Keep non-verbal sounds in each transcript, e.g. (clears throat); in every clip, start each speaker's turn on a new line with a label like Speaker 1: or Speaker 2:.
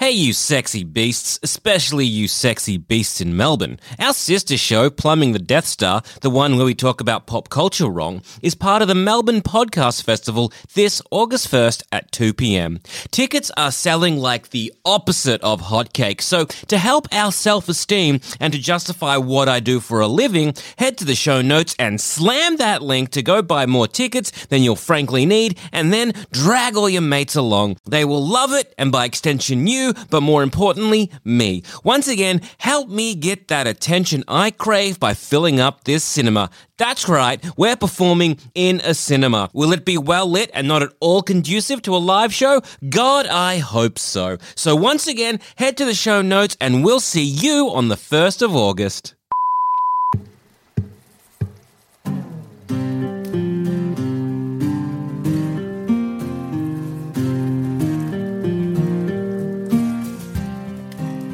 Speaker 1: Hey, you sexy beasts, especially you sexy beasts in Melbourne. Our sister show, Plumbing the Death Star, the one where we talk about pop culture wrong, is part of the Melbourne Podcast Festival this August 1st at 2 p.m. Tickets are selling like the opposite of hotcakes, so to help our self esteem and to justify what I do for a living, head to the show notes and slam that link to go buy more tickets than you'll frankly need, and then drag all your mates along. They will love it, and by extension, you, but more importantly, me. Once again, help me get that attention I crave by filling up this cinema. That's right, we're performing in a cinema. Will it be well lit and not at all conducive to a live show? God, I hope so. So, once again, head to the show notes and we'll see you on the 1st of August.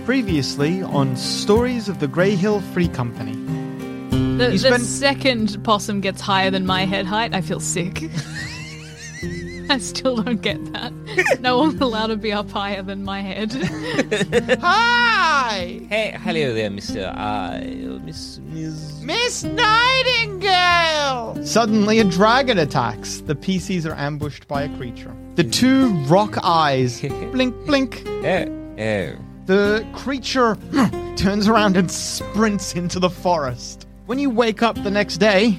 Speaker 2: Previously on Stories of the Grey Hill Free Company.
Speaker 3: The,
Speaker 2: You
Speaker 3: the
Speaker 2: spend-
Speaker 3: second possum gets higher than my head height, I
Speaker 2: (laughs)
Speaker 3: feel sick. I still don't get that. No one's allowed to be up higher than my head.
Speaker 2: (laughs) Hi!
Speaker 1: Hey, hello there, Mr. Uh, Miss. Miss.
Speaker 2: Miss Nightingale! Suddenly, a dragon attacks. The PCs are ambushed by a creature. The two rock eyes blink, blink.
Speaker 1: Oh, oh.
Speaker 2: The creature turns around and sprints into the forest. When you wake up the next day,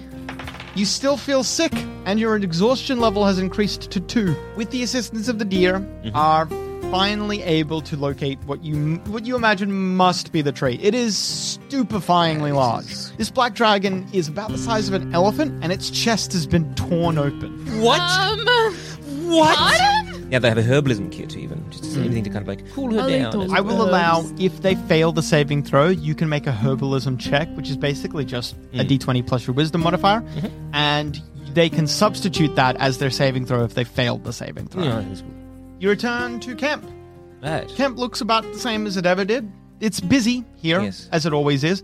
Speaker 2: you still feel sick, and your exhaustion level has increased to two. With the assistance of the deer, are finally able to locate what you what you imagine must be the tree. It is stupefyingly large. This black dragon is about the size of an elephant, and its chest has been torn open.
Speaker 1: What?
Speaker 3: Um,
Speaker 1: what?
Speaker 3: pardon?
Speaker 1: Yeah, they have a herbalism kit even. Just
Speaker 3: Mm.
Speaker 1: anything to kind of like cool her
Speaker 3: A
Speaker 1: down.
Speaker 3: little.
Speaker 1: as
Speaker 2: I will
Speaker 3: Worms.
Speaker 2: allow if they fail the saving throw, you can make a herbalism check, which is basically just a
Speaker 1: Mm.
Speaker 2: d20 plus your wisdom modifier,
Speaker 1: Mm-hmm.
Speaker 2: and they can substitute that as their saving throw if they failed the saving throw.
Speaker 1: Yeah, that's cool.
Speaker 2: You return to camp.
Speaker 1: Right.
Speaker 2: Camp looks about the same as it ever did. It's busy here,
Speaker 1: Yes.
Speaker 2: as it always is.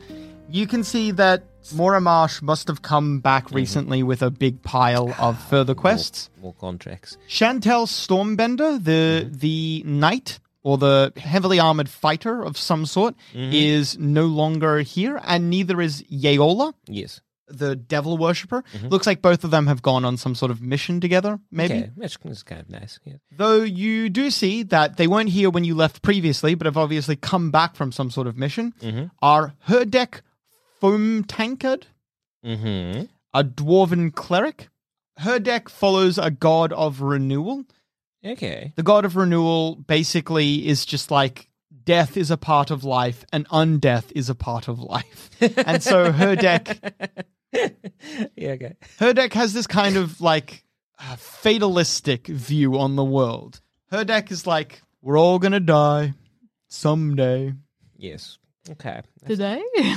Speaker 2: You can see that Mora Marsh must have come back recently with a big pile of further quests.
Speaker 1: Mm-hmm. More contracts.
Speaker 2: Chantel Stormbender, the
Speaker 1: Mm-hmm.
Speaker 2: the knight or the heavily armored fighter of some sort,
Speaker 1: Mm-hmm.
Speaker 2: is no longer here, and neither is Yeola,
Speaker 1: Yes. Mm-hmm.
Speaker 2: the devil worshipper. Looks like both of them have gone on some sort of mission together, maybe.
Speaker 1: Okay, that's, that's kind of nice. Yeah.
Speaker 2: Though you do see that they weren't here when you left previously, but have obviously come back from some sort of mission, are Herdeck Foam Tankard,
Speaker 1: Mm-hmm.
Speaker 2: a dwarven cleric. Herdeck follows a god of renewal.
Speaker 1: Okay.
Speaker 2: The god of renewal basically is just like death is a part of life and undeath is a part of life.
Speaker 1: (laughs)
Speaker 2: and so her deck
Speaker 1: Yeah, okay.
Speaker 2: her deck has this kind of like uh, fatalistic view on the world. Her deck is like we're all going to die someday.
Speaker 1: Yes. Okay.
Speaker 3: Today? (laughs)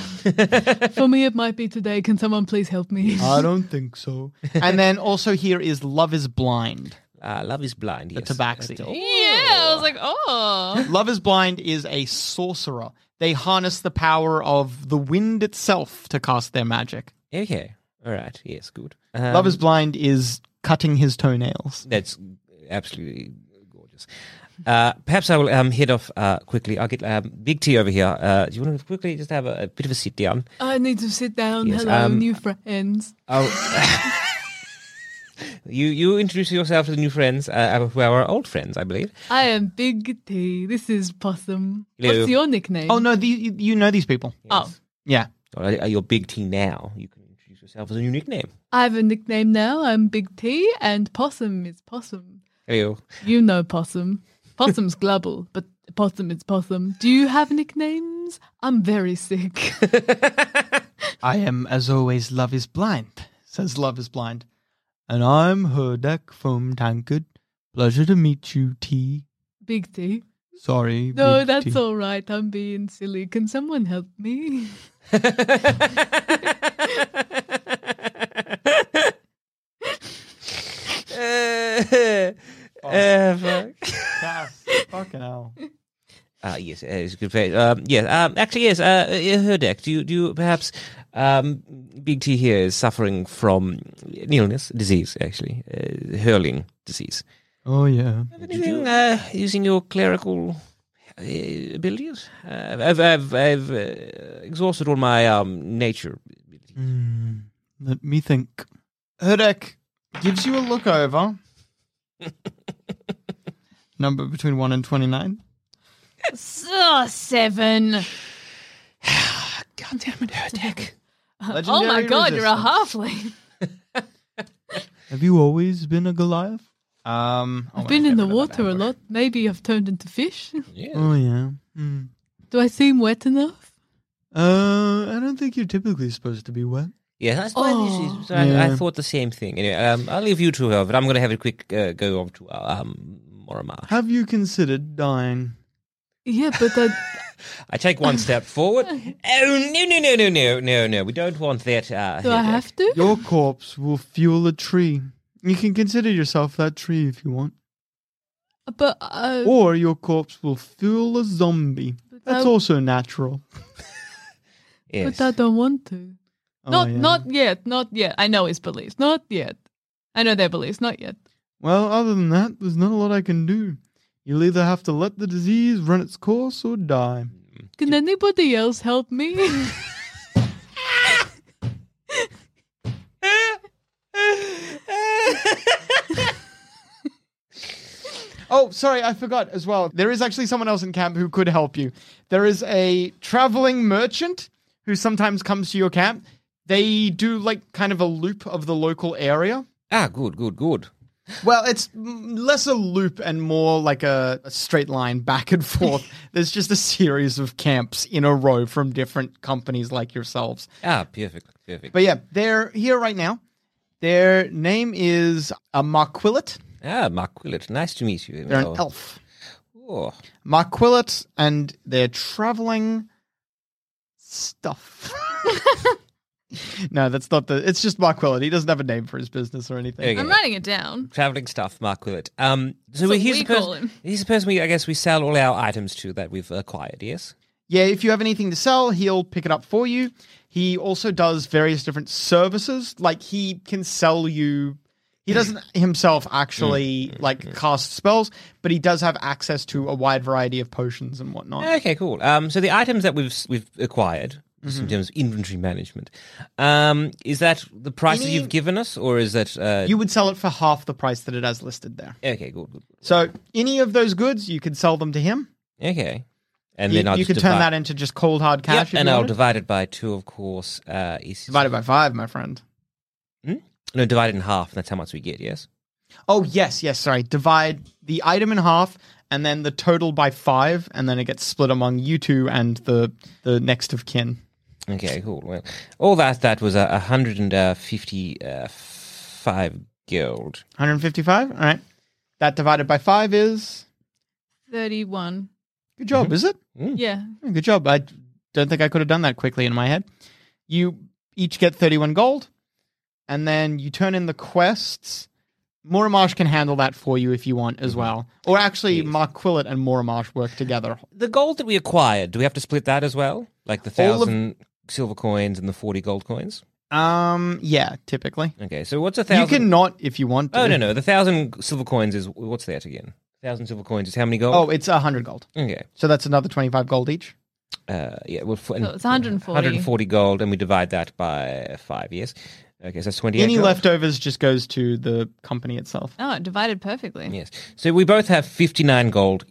Speaker 3: For me, it might be today. Can someone please help me?
Speaker 2: I don't think so. (laughs) And then also here is love is blind.
Speaker 1: Uh, love is blind.
Speaker 2: The
Speaker 1: Yes.
Speaker 2: Tabaxi.
Speaker 3: (laughs) yeah, I was like, oh.
Speaker 2: (laughs) Love is Blind is a sorcerer. They harness the power of the wind itself to cast their magic.
Speaker 1: Okay. All right. Yes. Good.
Speaker 2: Love
Speaker 1: Um,
Speaker 2: is Blind is cutting his
Speaker 1: (laughs)
Speaker 2: toenails.
Speaker 1: That's absolutely gorgeous. Uh, perhaps I will um, head off uh, quickly. I'll get um, Big T over here. Uh, do you want to quickly just have a, a bit of a sit down?
Speaker 3: I need to sit down.
Speaker 1: Yes,
Speaker 3: Hello,
Speaker 1: um,
Speaker 3: new friends.
Speaker 1: Oh. (laughs) you you introduce yourself to the new friends, uh, who are our old friends, I believe.
Speaker 3: I am Big T. This is Possum.
Speaker 1: Hello.
Speaker 3: What's your nickname?
Speaker 2: Oh no, the, you, you know these people.
Speaker 3: Oh,
Speaker 2: Yeah.
Speaker 1: Or are, are your Big T now? You can introduce yourself as a new nickname.
Speaker 3: I have a nickname now. I'm Big P, and Possum is Possum.
Speaker 1: Heyo.
Speaker 3: You know Possum. Possum's global, but Possum is Possum. Do you have nicknames? I'm very sick.
Speaker 2: I am, as always, love is blind, says love is blind. And I'm Herdak from Tankard. Pleasure to meet you,
Speaker 1: (laughs)
Speaker 2: T.
Speaker 3: Big T.
Speaker 2: Sorry.
Speaker 3: No,
Speaker 2: Big
Speaker 3: that's
Speaker 2: T.
Speaker 3: all right. I'm being silly. Can someone help me?
Speaker 1: Uh, uh, (laughs) fuck.
Speaker 2: Yes, Fucking hell.
Speaker 1: Ah, yes, uh, it's a good face. Um, yes, um, actually, yes. Uh, uh, Herdek, do you, do you perhaps um, Big T here is suffering from an illness, disease, actually, uh, hurling disease.
Speaker 2: Oh, yeah.
Speaker 1: Anything uh, using your clerical uh, abilities? Uh, I've I've, I've uh, exhausted all my um, nature.
Speaker 2: Hmm, let me think. Herdak gives you a look
Speaker 1: (laughs)
Speaker 2: over. Number between 1 and 29.
Speaker 3: (laughs) So, (sighs) seven.
Speaker 1: God damn it, Herdek!
Speaker 3: oh my
Speaker 2: Legendary
Speaker 3: god, you're a
Speaker 2: resistance.
Speaker 3: halfling.
Speaker 2: Have you always been a Goliath? Um, oh,
Speaker 3: I've
Speaker 2: wait,
Speaker 3: been
Speaker 2: I
Speaker 3: in the
Speaker 2: never done
Speaker 3: water
Speaker 2: that
Speaker 3: a
Speaker 2: work.
Speaker 3: lot. Maybe I've turned into fish.
Speaker 1: yeah.
Speaker 2: Oh yeah. Hmm.
Speaker 3: Do I seem wet enough?
Speaker 2: Uh, I don't think you're typically supposed to be
Speaker 1: (laughs)
Speaker 2: wet.
Speaker 1: Yeah, that's why this is. so I, I
Speaker 2: Oh, Yeah.
Speaker 1: thought the same thing. Anyway, um, I'll leave you two however, but I'm going to have a quick uh, go over to uh, um, Morimar.
Speaker 2: Have you considered dying?
Speaker 3: Yeah, but
Speaker 2: (laughs)
Speaker 3: I,
Speaker 1: I take one
Speaker 3: (laughs)
Speaker 1: step forward. Oh no no no no no no no! We don't want that. Uh,
Speaker 3: do I
Speaker 1: headache.
Speaker 3: have to?
Speaker 2: Your corpse will fuel a tree. You can consider yourself that tree if you want,
Speaker 3: But uh,
Speaker 2: or your corpse will fuel a zombie. That's
Speaker 3: that-
Speaker 2: also
Speaker 1: (laughs)
Speaker 2: natural.
Speaker 1: Yes.
Speaker 3: but I don't want to.
Speaker 2: Oh,
Speaker 3: not
Speaker 2: yeah.
Speaker 3: not yet. Not yet. I know his beliefs. Not yet. I know their beliefs. Not yet.
Speaker 2: Well, other than that, there's not a lot I can do. You'll either have to let the disease run its course or die.
Speaker 3: Can anybody else help
Speaker 2: (laughs)
Speaker 3: me?
Speaker 2: (laughs) Oh, sorry, I forgot as well. There is actually someone else in camp who could help you. There is a traveling merchant who sometimes comes to your camp. They do like kind of a loop of the local area.
Speaker 1: ah, good, good, good.
Speaker 2: Well, it's mm, less a loop and more like a, a straight line back and
Speaker 1: (laughs)
Speaker 2: forth. There's just a series of camps in a row from different companies like yourselves.
Speaker 1: Ah, perfect, perfect.
Speaker 2: But yeah, they're here right now. Their name is a Marquillet.
Speaker 1: ah, Mark Willett, nice to meet you.
Speaker 2: They're
Speaker 1: Oh.
Speaker 2: an elf.
Speaker 1: Oh.
Speaker 2: Marquillet and their traveling
Speaker 1: (laughs)
Speaker 2: stuff. (laughs) no, that's not the. It's just Marquillet. He doesn't have a name for his business or anything.
Speaker 1: Okay.
Speaker 3: I'm writing it down.
Speaker 1: Traveling stuff, Mark Willett. Um, so
Speaker 3: That's what
Speaker 1: he's
Speaker 3: we
Speaker 1: the person.
Speaker 3: call him.
Speaker 1: He's the person we, I guess, we sell all our items to that we've acquired. Yes.
Speaker 2: Yeah, if you have anything to sell, he'll pick it up for you. He also does various different services. Like he can sell you. He
Speaker 1: Mm.
Speaker 2: doesn't himself actually like cast spells, but he does have access to a wide variety of potions and whatnot.
Speaker 3: Oh.
Speaker 1: Okay, cool. Um, so the items that we've we've acquired, just
Speaker 3: Mm-hmm.
Speaker 1: in terms of inventory management, um, is that the price that you've
Speaker 2: Any-
Speaker 1: given us, or is that uh,
Speaker 2: You would sell it for half the price that it has listed there.
Speaker 1: Okay, good, good.
Speaker 2: So any of those goods, you could sell them to him.
Speaker 1: Okay, and
Speaker 2: you,
Speaker 1: then I'll
Speaker 2: you
Speaker 1: just
Speaker 2: could turn
Speaker 1: divide-
Speaker 2: that into just cold hard
Speaker 1: Yep,
Speaker 2: cash. if
Speaker 1: and
Speaker 2: you
Speaker 1: I'll
Speaker 2: wanted.
Speaker 1: divide it by two, of course. Uh, is
Speaker 2: divide it by five, my friend.
Speaker 1: Hmm? no, divide it in half, and that's how much we get. Yes.
Speaker 2: Oh yes, yes. Sorry, divide the item in half, and then the total by five, and then it gets split among you two and the the next of kin.
Speaker 1: Okay, cool. Well, all that that was a hundred and uh, fifty-five gold.
Speaker 2: One hundred fifty-five. All right. That divided by five is
Speaker 3: Thirty-one.
Speaker 2: good job.
Speaker 3: Mm-hmm.
Speaker 2: Is it?
Speaker 3: Yeah.
Speaker 2: Mm, Good job. I don't think I could have done that quickly in my head. You each get 31 gold, and then you turn in the quests. Moramash can handle that for you if you want as well. Or actually, Mark Quillet and Moramash work together.
Speaker 1: The gold that we acquired, do we have to split that as well? Like the
Speaker 2: All of-
Speaker 1: thousand silver coins and the forty gold coins.
Speaker 2: Um, yeah, typically.
Speaker 1: Okay, so what's a
Speaker 2: You
Speaker 1: thousand?
Speaker 2: can not if you want to.
Speaker 1: Oh no no, the thousand silver coins is what's that again? Thousand silver coins is how many gold?
Speaker 2: Oh, it's 100 gold.
Speaker 1: okay.
Speaker 2: So that's another 25 gold each.
Speaker 1: Uh, yeah, well, for,
Speaker 3: So it's 140.
Speaker 1: 140 gold, and we divide that by five years. Okay, so that's 28
Speaker 2: Any
Speaker 1: gold.
Speaker 2: leftovers just goes to the company itself.
Speaker 3: Oh, it divided perfectly.
Speaker 1: Yes. So we both have 59 gold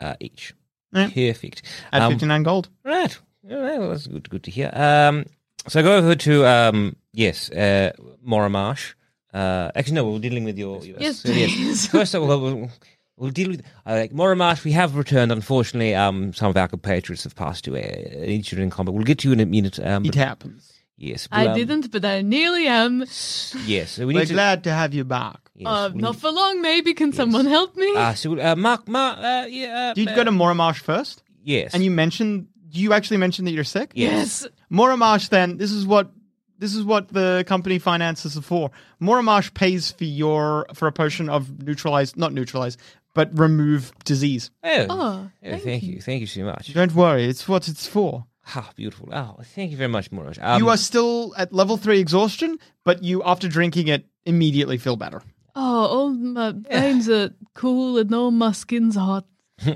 Speaker 1: uh, each.
Speaker 2: Yeah.
Speaker 1: Perfect.
Speaker 2: At
Speaker 1: Um,
Speaker 2: 59 gold.
Speaker 1: Right. All right. Well, that's good, good to hear. Um, so I go over to um, Yes, uh, Moramash. Uh, actually, no, we we're dealing with your. your
Speaker 3: Yes,
Speaker 1: so
Speaker 3: please.
Speaker 1: (laughs) First of all, we'll, we'll deal with. Uh, Moramash, we have returned. Unfortunately, um, some of our compatriots have passed away, uh, injured in combat. We'll get to you in a minute. Um,
Speaker 2: It
Speaker 1: but-
Speaker 2: happens.
Speaker 1: yes. but,
Speaker 3: I
Speaker 1: um,
Speaker 3: didn't, but I nearly am.
Speaker 1: Yes. so we
Speaker 2: We're
Speaker 1: need to-
Speaker 2: glad to have you back.
Speaker 1: yes, Oh,
Speaker 3: Uh,
Speaker 1: we
Speaker 3: not
Speaker 1: need-
Speaker 3: for long, maybe. Can someone help me? (laughs)
Speaker 1: Ah, so uh, Mark, Mark, uh, yeah. Uh,
Speaker 2: Did you go to Moramash first?
Speaker 1: Yes.
Speaker 2: And you mentioned you actually mentioned that you're sick?
Speaker 3: yes.
Speaker 2: Moramash then, this is what this is what the company finances are for. Moramash pays for your for a potion of neutralize not neutralize, but remove disease.
Speaker 1: Oh,
Speaker 3: Oh,
Speaker 1: oh,
Speaker 3: thank
Speaker 1: thank you. Thank you so much.
Speaker 2: Don't worry, it's what it's for.
Speaker 1: Ah, beautiful. Oh, thank you very much, Moramash. Um,
Speaker 2: you are still at level three exhaustion, but you after drinking it immediately feel better.
Speaker 3: Oh, all my veins are cool and all my skin's hot.
Speaker 2: (laughs)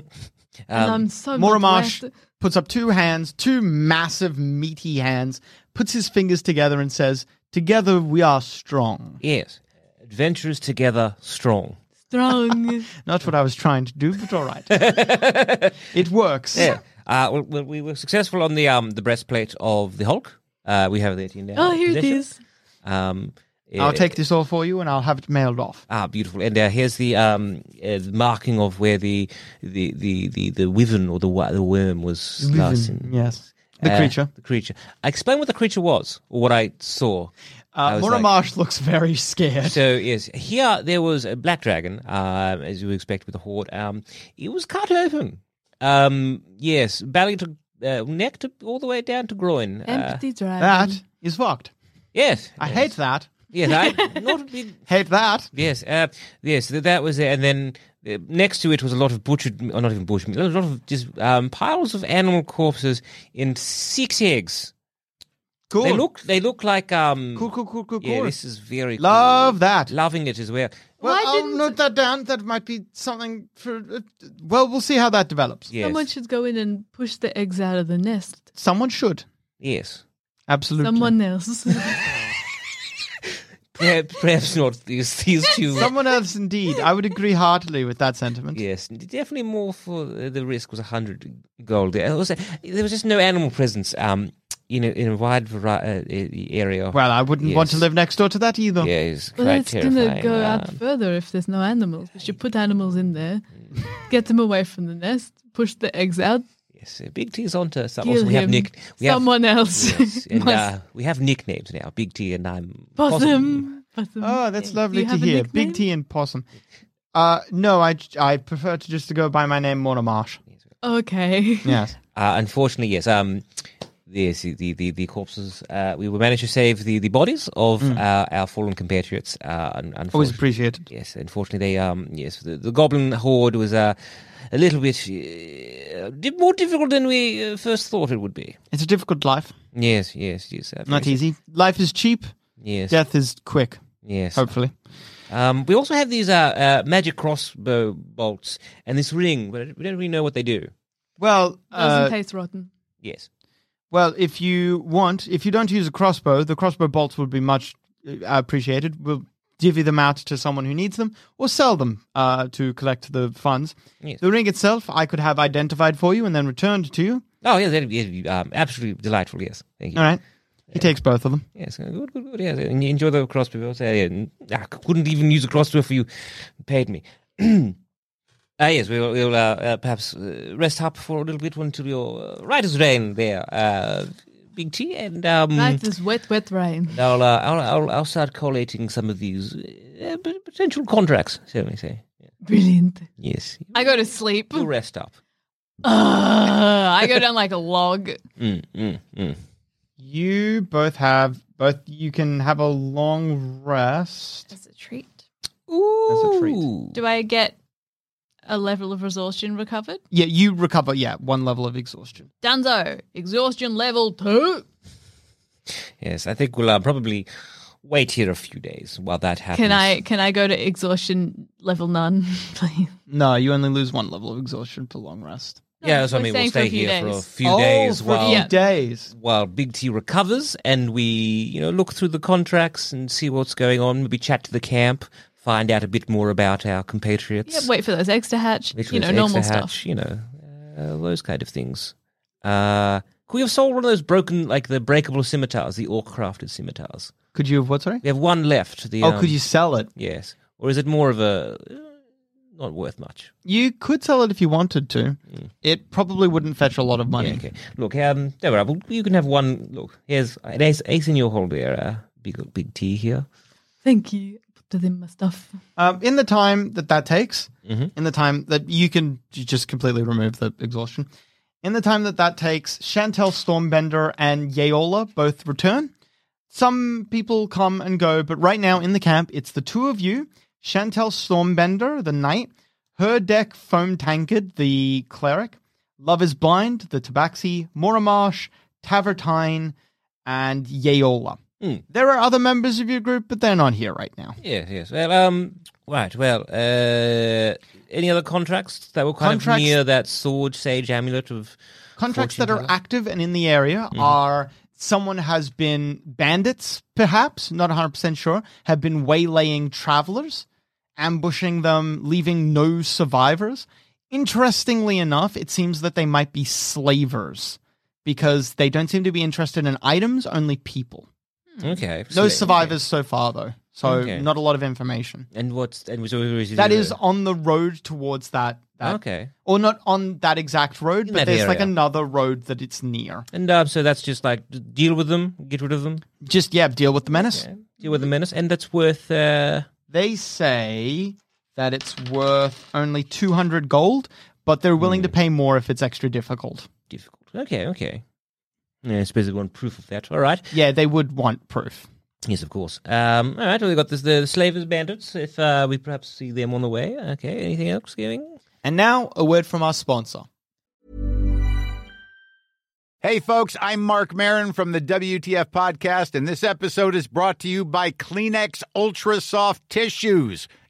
Speaker 3: and I'm so much
Speaker 2: Moramash
Speaker 3: left-
Speaker 2: Um, puts up two hands, two massive meaty hands, puts his fingers together and says, Together we are strong.
Speaker 1: Yes. Adventures together, strong.
Speaker 3: strong.
Speaker 2: Not what I was trying to do, but all right.
Speaker 1: (laughs)
Speaker 2: it works.
Speaker 1: Yeah. Uh, well, well, we were successful on the um the breastplate of the Hulk. Uh, we have the 18 now.
Speaker 3: oh, here it
Speaker 1: possession.
Speaker 3: is.
Speaker 1: Um,
Speaker 2: I'll
Speaker 1: uh,
Speaker 2: take this all for you and I'll have it mailed off.
Speaker 1: Ah, beautiful. And uh, here's the um uh, the marking of where the the the the, the wyvern or the wa- the worm was last.
Speaker 2: Living,
Speaker 1: in-
Speaker 2: yes. The
Speaker 1: Uh,
Speaker 2: creature.
Speaker 1: The creature. Explain what the creature was or what I saw. I
Speaker 2: Uh,
Speaker 1: was
Speaker 2: Laura
Speaker 1: like-
Speaker 2: Marsh looks very scared.
Speaker 1: So yes, here there was a black dragon, um, as you would expect with a horde. Um, it was cut open. Um, yes, belly to uh, neck to all the way down to groin. Uh,
Speaker 3: Empty dragon.
Speaker 2: that is fucked.
Speaker 1: yes,
Speaker 2: I
Speaker 1: yes.
Speaker 2: hate that.
Speaker 1: Yes,
Speaker 2: (laughs)
Speaker 1: I not a big.
Speaker 2: Hate that.
Speaker 1: Yes, uh, yes, th- that was there, and then uh, next to it was a lot of butchered, or not even butchered, meat, a lot of just um, piles of animal corpses in six eggs.
Speaker 2: Cool.
Speaker 1: They look, they look like um.
Speaker 2: cool, cool, cool, cool,
Speaker 1: Yeah,
Speaker 2: cool.
Speaker 1: this is very cool.
Speaker 2: Love that.
Speaker 1: Loving it as well.
Speaker 2: Well,
Speaker 3: Why
Speaker 2: I'll
Speaker 3: didn't-
Speaker 2: (laughs) note that down. That might be something for. Uh, well, we'll see how that develops.
Speaker 1: Yes,
Speaker 3: Someone should go in and push the eggs out of the nest.
Speaker 2: Someone should.
Speaker 1: yes.
Speaker 2: Absolutely. (laughs)
Speaker 3: Someone else.
Speaker 1: Perhaps, perhaps not these these two.
Speaker 2: (laughs) Someone else, indeed. I would agree heartily with that sentiment.
Speaker 1: Yes, definitely more for uh, the risk was hundred gold. There was there was just no animal presence. Um, you know, in a wide variety uh, area.
Speaker 2: Well, I wouldn't want to
Speaker 1: Yes.
Speaker 2: live next door to that either.
Speaker 1: yes,
Speaker 3: Well,
Speaker 1: quite
Speaker 3: it's gonna
Speaker 1: terrifying.
Speaker 3: go out
Speaker 1: Um,
Speaker 3: further if there's no animals. We should put animals in there,
Speaker 1: Mm.
Speaker 3: get them away from the nest, push the eggs out.
Speaker 1: yes, uh, big T's onto someone.
Speaker 3: Kill
Speaker 1: We have
Speaker 3: him.
Speaker 1: nick. We have-
Speaker 3: Someone else. (laughs)
Speaker 1: Yes, and,
Speaker 3: Must-
Speaker 1: uh, we have nicknames now. Big T and I'm
Speaker 3: Possum. Possum.
Speaker 2: Oh, that's
Speaker 3: Do
Speaker 2: lovely
Speaker 3: you
Speaker 2: to
Speaker 3: have a
Speaker 2: hear. Big
Speaker 3: nickname?
Speaker 2: T and possum. Uh, no, I, I prefer to just to go by my name, Mortimer Marsh.
Speaker 3: Okay. (laughs)
Speaker 2: Yes.
Speaker 1: Uh, unfortunately, yes. Um, yes, the the the corpses. Uh, we were managed to save the the bodies of uh, our fallen compatriots. Uh, un-
Speaker 2: Mm. Always
Speaker 1: unfortunately-
Speaker 2: appreciated.
Speaker 1: Yes, unfortunately, they um yes the, the goblin horde was uh, a little bit uh, di- more difficult than we uh, first thought it would be.
Speaker 2: It's a difficult life.
Speaker 1: Yes, yes, yes. uh,
Speaker 2: Not
Speaker 1: very-
Speaker 2: easy. Life is cheap.
Speaker 1: Yes,
Speaker 2: Death is quick,
Speaker 1: yes.
Speaker 2: hopefully.
Speaker 1: Um, we also have these uh, uh magic crossbow bolts and this ring, but we don't really know what they do.
Speaker 2: Well,
Speaker 3: Doesn't
Speaker 2: uh,
Speaker 3: taste rotten.
Speaker 1: Yes,
Speaker 2: Well, if you want, if you don't use a crossbow, the crossbow bolts would be much uh, appreciated. We'll divvy them out to someone who needs them or sell them uh, to collect the funds.
Speaker 1: yes.
Speaker 2: The ring itself, I could have identified for you and then returned to you.
Speaker 1: Oh, yes, that'd be, that'd be, um, absolutely delightful. Yes, thank you.
Speaker 2: All right. He takes both of them.
Speaker 1: Yes, uh, good, good, good. Yes, and you enjoy the crossbow. So, yeah, n- I couldn't even use a crossbow if you paid me. (clears throat) Ah, yes, we will, we will uh, uh, perhaps uh, rest up for a little bit until your uh, writer's rain there, uh, Big T, and um,
Speaker 3: Right, this wet, wet rain.
Speaker 1: I'll, uh, I'll, I'll I'll start collating some of these uh, p- potential contracts, shall we say?
Speaker 3: Brilliant.
Speaker 1: Yes,
Speaker 3: I go to sleep.
Speaker 1: you rest up.
Speaker 3: Ugh, I go down like a log.
Speaker 1: Mm, mm, mm.
Speaker 2: You both have both. You can have a long rest.
Speaker 3: As a treat.
Speaker 2: a treat.
Speaker 1: Ooh.
Speaker 3: Do I get a level of exhaustion recovered?
Speaker 2: Yeah, you recover. Yeah, one level of exhaustion.
Speaker 3: Danzo, exhaustion level two.
Speaker 1: Yes, I think we'll uh, probably wait here a few days while that happens.
Speaker 3: Can I can I go to exhaustion level
Speaker 1: (laughs)
Speaker 3: none, please?
Speaker 2: No, you only lose one level of exhaustion for long rest.
Speaker 1: Yeah, that's what I
Speaker 3: we're
Speaker 1: mean. We'll
Speaker 3: staying for a
Speaker 1: stay
Speaker 3: few
Speaker 1: here for a
Speaker 3: days.
Speaker 1: few days
Speaker 2: Oh, for a
Speaker 1: while
Speaker 2: few
Speaker 3: Yeah.
Speaker 2: days.
Speaker 1: while Big T recovers, and we you know look through the contracts and see what's going on. Maybe chat to the camp, find out a bit more about our compatriots.
Speaker 3: Yeah, wait for those eggs to hatch.
Speaker 1: Literally,
Speaker 3: you know,
Speaker 1: it's
Speaker 3: normal
Speaker 1: extra hatch,
Speaker 3: stuff.
Speaker 1: You know, uh, those kind of things. Uh, Could we have sold one of those broken, like the breakable scimitars, the orc crafted scimitars?
Speaker 2: Could you have what? Sorry.
Speaker 1: We have one left. The
Speaker 2: Oh,
Speaker 1: um,
Speaker 2: could you sell it?
Speaker 1: Yes, or is it more of a uh, not worth much?
Speaker 2: You could sell it if you wanted to. It probably wouldn't fetch a lot of money.
Speaker 1: Yeah, okay. Look, um, Deborah, well, you can have one. Look, here's an ace, ace in your hole there. Uh, big, big T here.
Speaker 3: Thank you. Put it in my stuff.
Speaker 2: Um, in the time that that takes, in the time that you can j- just completely remove the exhaustion, in the time that that takes, Chantel Stormbender and Yeola both return. Some people come and go, but right now in the camp, it's the two of you, Chantel Stormbender, the knight, her deck Foam Tankard, the cleric, Love is Blind, the tabaxi, Moramash, Tavertine, and Yeola. There are other members of your group, but they're not here right now.
Speaker 1: Yes, yes. Well, um, right. Well, uh, any other contracts that were kind
Speaker 2: Contracts-
Speaker 1: of near that sword sage amulet of
Speaker 2: contracts that
Speaker 1: fortune
Speaker 2: are
Speaker 1: teller? Mm-hmm.
Speaker 2: active and in the area are someone has been bandits perhaps not 100% sure have been waylaying travelers ambushing them leaving no survivors interestingly enough it seems that they might be slavers because they don't seem to be interested in items only people
Speaker 1: Hmm. Okay.
Speaker 2: no
Speaker 1: sla-
Speaker 2: survivors so far though so
Speaker 1: Okay.
Speaker 2: not a lot of information
Speaker 1: And what's and so is it
Speaker 2: that
Speaker 1: in
Speaker 2: is
Speaker 1: the-
Speaker 2: on the road towards that, that
Speaker 1: okay.
Speaker 2: or not on that exact road
Speaker 1: In
Speaker 2: but
Speaker 1: that
Speaker 2: there's like
Speaker 1: area.
Speaker 2: another road that it's near
Speaker 1: And um, so that's just like d- deal with them, get rid of them,
Speaker 2: just yeah, deal with the menace.
Speaker 1: yeah, deal with the menace, and that's worth. Uh,
Speaker 2: They say that it's worth only 200 gold, but they're willing to pay more if it's extra difficult.
Speaker 1: Hmm. difficult. Okay, okay. Yeah, I suppose they want proof of that. All right.
Speaker 2: Yeah, they would want proof.
Speaker 1: Yes, of course. Um, all right. Well, we got this, the slavers, bandits. If uh, we perhaps see them on the way. Okay. Anything else giving?
Speaker 2: And now a word from our sponsor.
Speaker 4: (laughs) Hey, folks, I'm Mark Marin from the WTF Podcast, and this episode is brought to you by Kleenex Ultra Soft Tissues,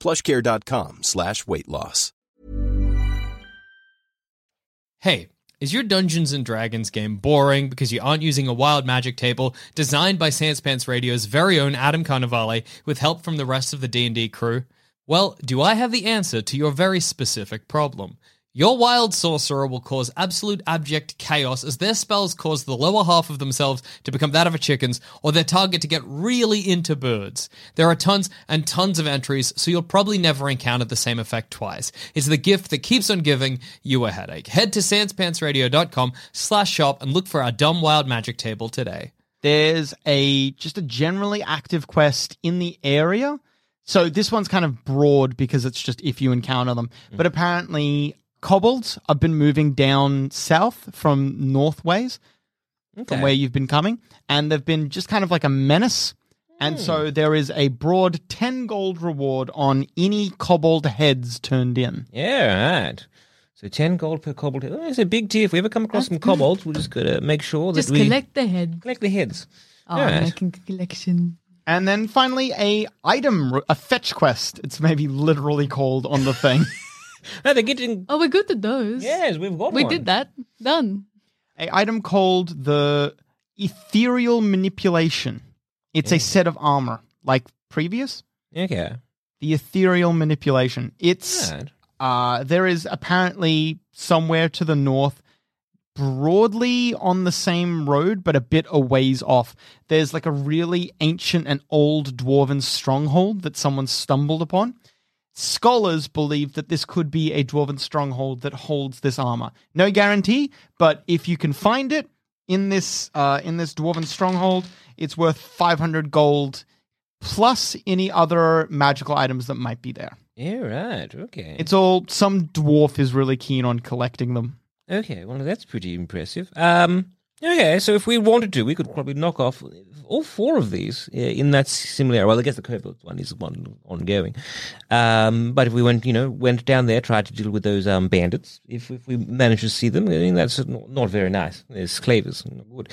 Speaker 5: plushcare.com slash weight loss.
Speaker 6: Hey, is your Dungeons and Dragons game boring because you aren't using a wild magic table designed by Sanspants Radio's very own Adam Carnivale with help from the rest of the D&D crew? Well, do I have the answer to your very specific problem? Your wild sorcerer will cause absolute abject chaos as their spells cause the lower half of themselves to become that of a chicken's or their target to get really into birds. There are tons and tons of entries, so you'll probably never encounter the same effect twice. It's the gift that keeps on giving you a headache. Head to sanspantsradio.com slash shop and look for our dumb wild magic table today.
Speaker 2: There's a just a generally active quest in the area. So this one's kind of broad because it's just if you encounter them. But apparently kobolds have been moving down south from north ways. from where you've been coming, and they've been just kind of like a menace. And so there is a broad 10 gold reward on any kobold heads turned in.
Speaker 1: Yeah, right. So ten gold per kobold. Oh, it's a big deal. If we ever come across some kobolds, we're just gonna make sure that
Speaker 3: Just
Speaker 1: we
Speaker 3: collect the head.
Speaker 1: collect the heads.
Speaker 3: Oh,
Speaker 1: Alright.
Speaker 3: making a collection.
Speaker 2: And then finally, a item, re- a fetch quest. It's maybe literally called on the thing.
Speaker 1: No, they're getting.
Speaker 3: Oh, we're good at those.
Speaker 1: Yes, we've got
Speaker 3: We
Speaker 1: one.
Speaker 3: did that. Done.
Speaker 2: a item called the ethereal manipulation. It's a set of armor, like previous.
Speaker 1: Okay.
Speaker 2: The ethereal manipulation. It's
Speaker 1: Alright.
Speaker 2: uh, there is apparently somewhere to the north, broadly on the same road, but a bit a ways off. There's like a really ancient and old dwarven stronghold that someone stumbled upon. Scholars believe that this could be a dwarven stronghold that holds this armor. No guarantee, but if you can find it in this uh, in this dwarven stronghold, it's worth 500 gold plus any other magical items that might be there.
Speaker 1: Yeah, right. Okay.
Speaker 2: It's all some dwarf is really keen on collecting
Speaker 1: (laughs)
Speaker 2: them.
Speaker 1: okay. Well, that's pretty impressive. Um. Okay, so if we wanted to, we could probably knock off all four of these uh, in that similar area. Well, I guess the Cobalt one is the one ongoing. Um, but if we went, you know, went down there, tried to deal with those um, bandits, if, if we managed to see them, I mean, that's not, not very nice. There's clavers, not good.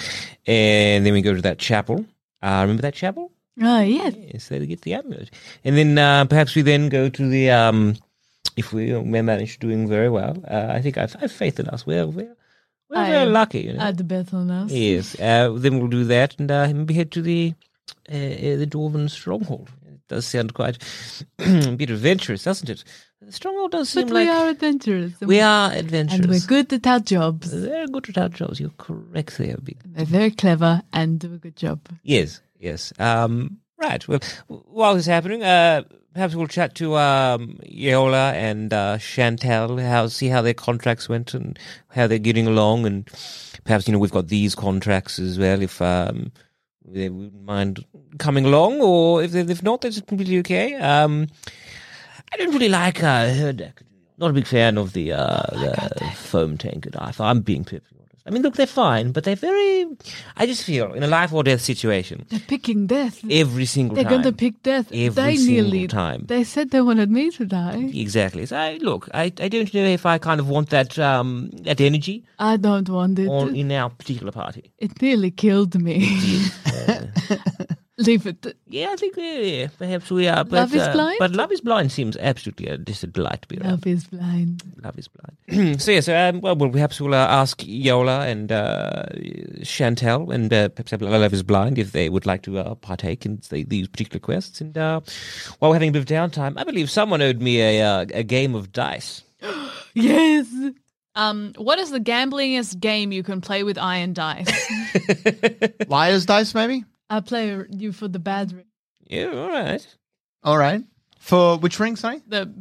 Speaker 1: And then we go to that chapel. Uh, remember that chapel?
Speaker 3: Oh, yeah.
Speaker 1: Yes, they get the amulet. And then uh, perhaps we then go to the um, if we we manage doing very well. Uh, I think I've, I've faith in us. We're we're, we're
Speaker 3: I
Speaker 1: very
Speaker 3: am-
Speaker 1: lucky. You know?
Speaker 3: I had the bet on us.
Speaker 1: yes. Uh, then we'll do that and uh, maybe head to the uh, uh, the dwarven stronghold. It does sound quite (clears throat) a bit adventurous, doesn't it? The stronghold does seem
Speaker 3: But
Speaker 1: like
Speaker 3: we are adventurers.
Speaker 1: we are adventurous.
Speaker 3: And we're good at our jobs.
Speaker 1: They're good at our jobs. You're correct there, big
Speaker 3: They're very clever and do a good job.
Speaker 1: Yes, yes. Um, right. Well, while this is happening, uh, perhaps we'll chat to um, Yeola and uh, Chantel, how, see how their contracts went and how they're getting along. And perhaps, you know, we've got these contracts as well, if um, they wouldn't mind coming along, or if, they, if not, that's completely okay. Um, I don't really like uh, her deck. Not a big fan of the, uh,
Speaker 3: Oh
Speaker 1: the foam tankard Arthur. I'm being perfectly honest. I mean, look, they're fine, but they're very. I just feel in a life or death situation,
Speaker 3: They're picking death.
Speaker 1: every
Speaker 3: Mm-hmm.
Speaker 1: single
Speaker 3: They're
Speaker 1: time.
Speaker 3: going to pick death.
Speaker 1: Every
Speaker 3: they
Speaker 1: single
Speaker 3: nearly,
Speaker 1: time.
Speaker 3: They said they wanted me to die.
Speaker 1: Exactly. So I, look, I, I don't know if I kind of want that um that energy
Speaker 3: I don't want it.
Speaker 1: on in our particular party.
Speaker 3: It nearly killed me.
Speaker 1: Uh,
Speaker 3: (laughs) Leave it.
Speaker 1: yeah, I think yeah, yeah, perhaps we are. But,
Speaker 3: Love is
Speaker 1: uh,
Speaker 3: blind?
Speaker 1: But love is blind seems absolutely a, just a delight to be around.
Speaker 3: Love is blind.
Speaker 1: Love is blind. (clears throat) so yeah, so um, well, well, perhaps we'll uh, ask Yola and uh, Chantel and uh, perhaps Love is blind if they would like to uh, partake in the, these particular quests. And uh, while we're having a bit of downtime, I believe someone owed me a uh, a game of dice.
Speaker 3: Yes. Um, what is the gamblingest game you can play with iron dice?
Speaker 2: Liar's dice, maybe.
Speaker 3: (laughs) I play you for the bad ring.
Speaker 1: Yeah, all right.
Speaker 2: All right. For which ring, sorry?
Speaker 3: The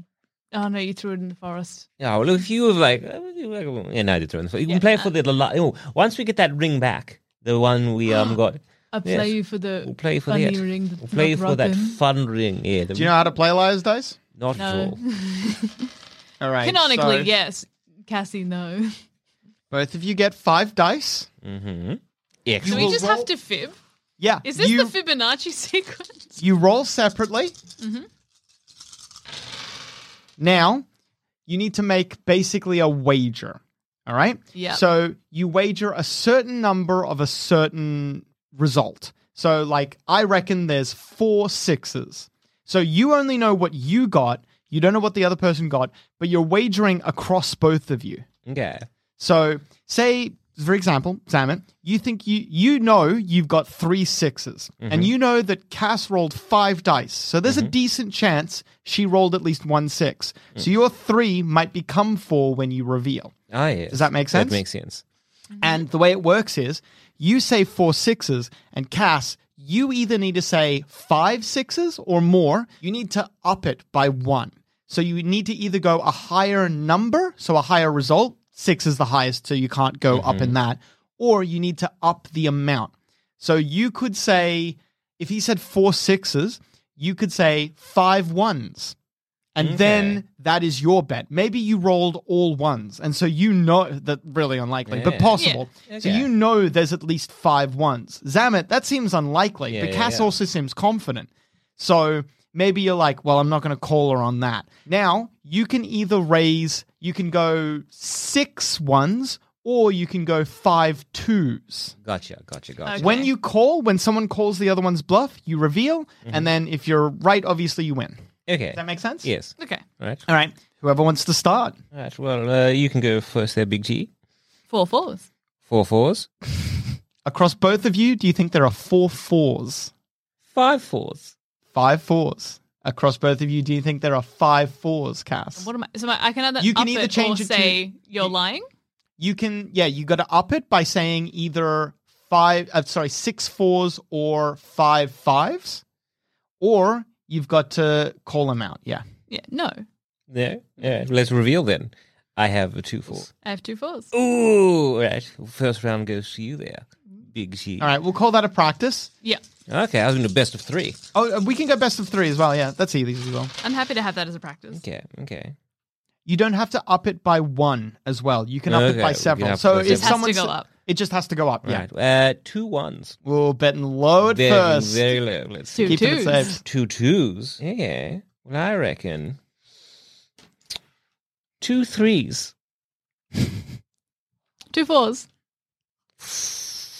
Speaker 3: oh no, you threw it in the forest.
Speaker 1: Yeah, well, if you have like, uh, yeah, no, I did throw in the fo- You can
Speaker 3: Yeah, uh,
Speaker 1: play for the, the li- oh, once we get that ring back, the one
Speaker 3: (gasps)
Speaker 1: we um got,
Speaker 3: I play
Speaker 1: Yes.
Speaker 3: you for the
Speaker 1: we'll play for
Speaker 3: funny
Speaker 1: that.
Speaker 3: ring. That's
Speaker 1: We'll play
Speaker 3: not
Speaker 1: for that
Speaker 3: rotten.
Speaker 1: fun ring. Yeah, the,
Speaker 2: Do you know how to play liar's dice?
Speaker 1: not at all.
Speaker 3: (laughs)
Speaker 2: All right.
Speaker 3: Canonically,
Speaker 2: so
Speaker 3: yes. Cassie, no.
Speaker 2: Both of you get five dice.
Speaker 1: Mm-hmm. Excellent.
Speaker 3: Do we
Speaker 2: will
Speaker 3: just
Speaker 2: roll-
Speaker 3: have to fib?
Speaker 2: Yeah.
Speaker 3: Is this
Speaker 2: you,
Speaker 3: the Fibonacci (laughs) sequence?
Speaker 2: You roll separately.
Speaker 3: Mm-hmm.
Speaker 2: Now, you need to make basically a wager. All right.
Speaker 3: Yeah.
Speaker 2: So you wager a certain number of a certain result. So, like, I reckon there's four sixes. So you only know what you got. You don't know what the other person got, but you're wagering across both of you.
Speaker 1: Okay.
Speaker 2: So, say for example, Salmon, you think you you know you've got three sixes, and you know that Cass rolled five dice. So there's
Speaker 1: Mm-hmm.
Speaker 2: a decent chance she rolled at least one six. So your three might become four when you reveal.
Speaker 1: Ah, yes.
Speaker 2: Does that make sense?
Speaker 1: That makes sense.
Speaker 2: And the way it works is you say four sixes, and Cass, you either need to say five sixes or more. You need to up it by one. So you need to either go a higher number, so a higher result. Six is the highest, so you can't go up
Speaker 1: Mm-hmm.
Speaker 2: in that. Or you need to up the amount. So you could say, if he said four sixes, you could say five ones. And then that is your bet. Maybe you rolled all ones. And so you know that really unlikely, but possible. So
Speaker 1: Okay.
Speaker 2: you know there's at least five ones. Zamet, that seems unlikely, but
Speaker 1: yeah,
Speaker 2: Cass
Speaker 1: yeah.
Speaker 2: also seems confident. So maybe you're like, well, I'm not going to call her on that. Now you can either raise, you can go six ones or you can go five twos.
Speaker 1: Gotcha, gotcha, gotcha.
Speaker 3: Okay.
Speaker 2: When you call, when someone calls the other one's bluff, you reveal. And then if you're right, obviously you win. Does
Speaker 1: Okay.
Speaker 2: that make sense?
Speaker 1: Yes.
Speaker 3: Okay.
Speaker 1: All right.
Speaker 2: All right. Whoever wants to start.
Speaker 1: All right. Well, uh, you can go first there, Big G.
Speaker 3: Four fours.
Speaker 2: (laughs)
Speaker 1: Four fours.
Speaker 2: Across both of you, do you think there are four fours?
Speaker 1: Five fours.
Speaker 2: Five fours. Across both of you, do you think there are five fours, Cass?
Speaker 3: What am I? So my, I can either
Speaker 2: You can
Speaker 3: up
Speaker 2: either
Speaker 3: it
Speaker 2: change
Speaker 3: or
Speaker 2: it to-
Speaker 3: say you're lying.
Speaker 2: you can, yeah, you got to up it by saying either five, uh, sorry, six fours or five fives, or you've got to call them out. Yeah.
Speaker 3: Yeah, no,
Speaker 1: Yeah, yeah. Let's reveal then. I have a two four.
Speaker 3: I have two fours.
Speaker 1: Ooh, right. First round goes to you there,
Speaker 3: Mm-hmm.
Speaker 1: Big G.
Speaker 2: All right, we'll call that a practice.
Speaker 3: Yeah,
Speaker 1: Okay, I was doing the best of three.
Speaker 2: Oh, uh, we can go best of three as well. Yeah, that's easy as well.
Speaker 3: I'm happy to have that as a practice.
Speaker 1: Okay, okay.
Speaker 2: You don't have to up it by one as well. You can up
Speaker 1: Okay,
Speaker 2: it
Speaker 1: we
Speaker 2: by
Speaker 1: can
Speaker 2: several.
Speaker 1: up it
Speaker 2: so
Speaker 1: by
Speaker 2: if
Speaker 1: several. It has
Speaker 3: to
Speaker 2: someone
Speaker 3: go
Speaker 2: s-
Speaker 3: up.
Speaker 2: it just has to go up.
Speaker 1: All
Speaker 2: Yeah,
Speaker 1: right. Uh, two ones.
Speaker 2: we'll bet and low at
Speaker 1: Very,
Speaker 2: first.
Speaker 1: very low. Let's see.
Speaker 3: Two
Speaker 2: Keep it
Speaker 3: twos.
Speaker 2: at safe.
Speaker 1: Two twos. Yeah. Well, I reckon two threes.
Speaker 3: Two fours.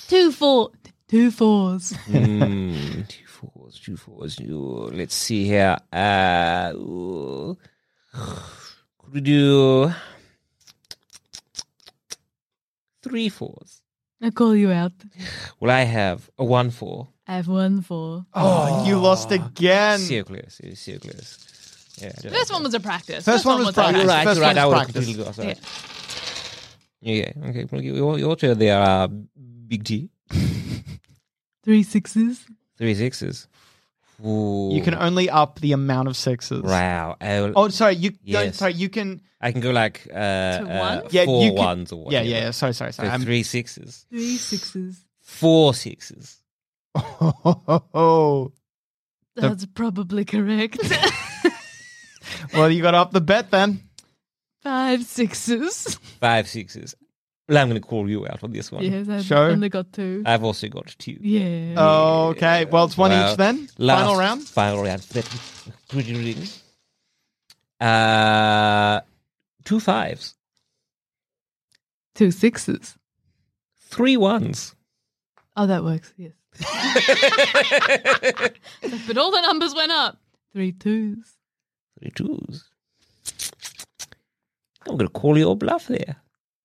Speaker 3: Two four.
Speaker 2: (laughs)
Speaker 3: Two fours.
Speaker 1: Mm, two fours, two fours. Ooh, let's see here. Uh, ooh. could we do three fours?
Speaker 3: I call you out.
Speaker 1: Well, I have a one four.
Speaker 3: I have one four.
Speaker 2: Oh, you lost again.
Speaker 1: so close, so close. Yeah, I don't
Speaker 3: First one was a practice.
Speaker 2: First one was
Speaker 3: a
Speaker 2: practice.
Speaker 1: You're right,
Speaker 2: First
Speaker 1: you're right.
Speaker 2: one's
Speaker 1: I would
Speaker 2: practice.
Speaker 1: completely go. Sorry. Yeah. Okay. Well, you- your, your turn there, uh, Big G.
Speaker 3: Three sixes.
Speaker 1: Three sixes. Ooh.
Speaker 2: You can only up the amount of sixes.
Speaker 1: Wow. Oh,
Speaker 2: Oh, sorry. You no,
Speaker 1: Yes.
Speaker 2: sorry. You can.
Speaker 1: I can go like uh, uh,
Speaker 3: one?
Speaker 2: Yeah,
Speaker 1: four
Speaker 2: you can-
Speaker 1: ones or
Speaker 2: Yeah,
Speaker 1: whatever.
Speaker 2: yeah, yeah. Sorry, sorry,
Speaker 1: So
Speaker 2: sorry. I'm-
Speaker 1: three sixes,
Speaker 3: Three sixes.
Speaker 1: four
Speaker 2: (laughs)
Speaker 1: sixes.
Speaker 3: That's
Speaker 2: (laughs)
Speaker 3: probably correct. (laughs)
Speaker 2: well, you got to up the bet then.
Speaker 3: Five sixes.
Speaker 1: Five sixes. Well, I'm going to call you out on this one.
Speaker 3: Yes, I've
Speaker 2: Show.
Speaker 3: only got two.
Speaker 1: I've also got two.
Speaker 3: yeah.
Speaker 2: Okay. Well, it's one
Speaker 1: Well,
Speaker 2: each then.
Speaker 1: last (laughs)
Speaker 2: Final round.
Speaker 1: Final round. Let me- could you read it? Uh, two fives,
Speaker 3: Two sixes.
Speaker 1: three ones.
Speaker 3: Oh, that works.
Speaker 2: (laughs)
Speaker 3: Yes. (laughs) but all the numbers went up. Three twos.
Speaker 1: Three twos. I'm going to call your bluff there.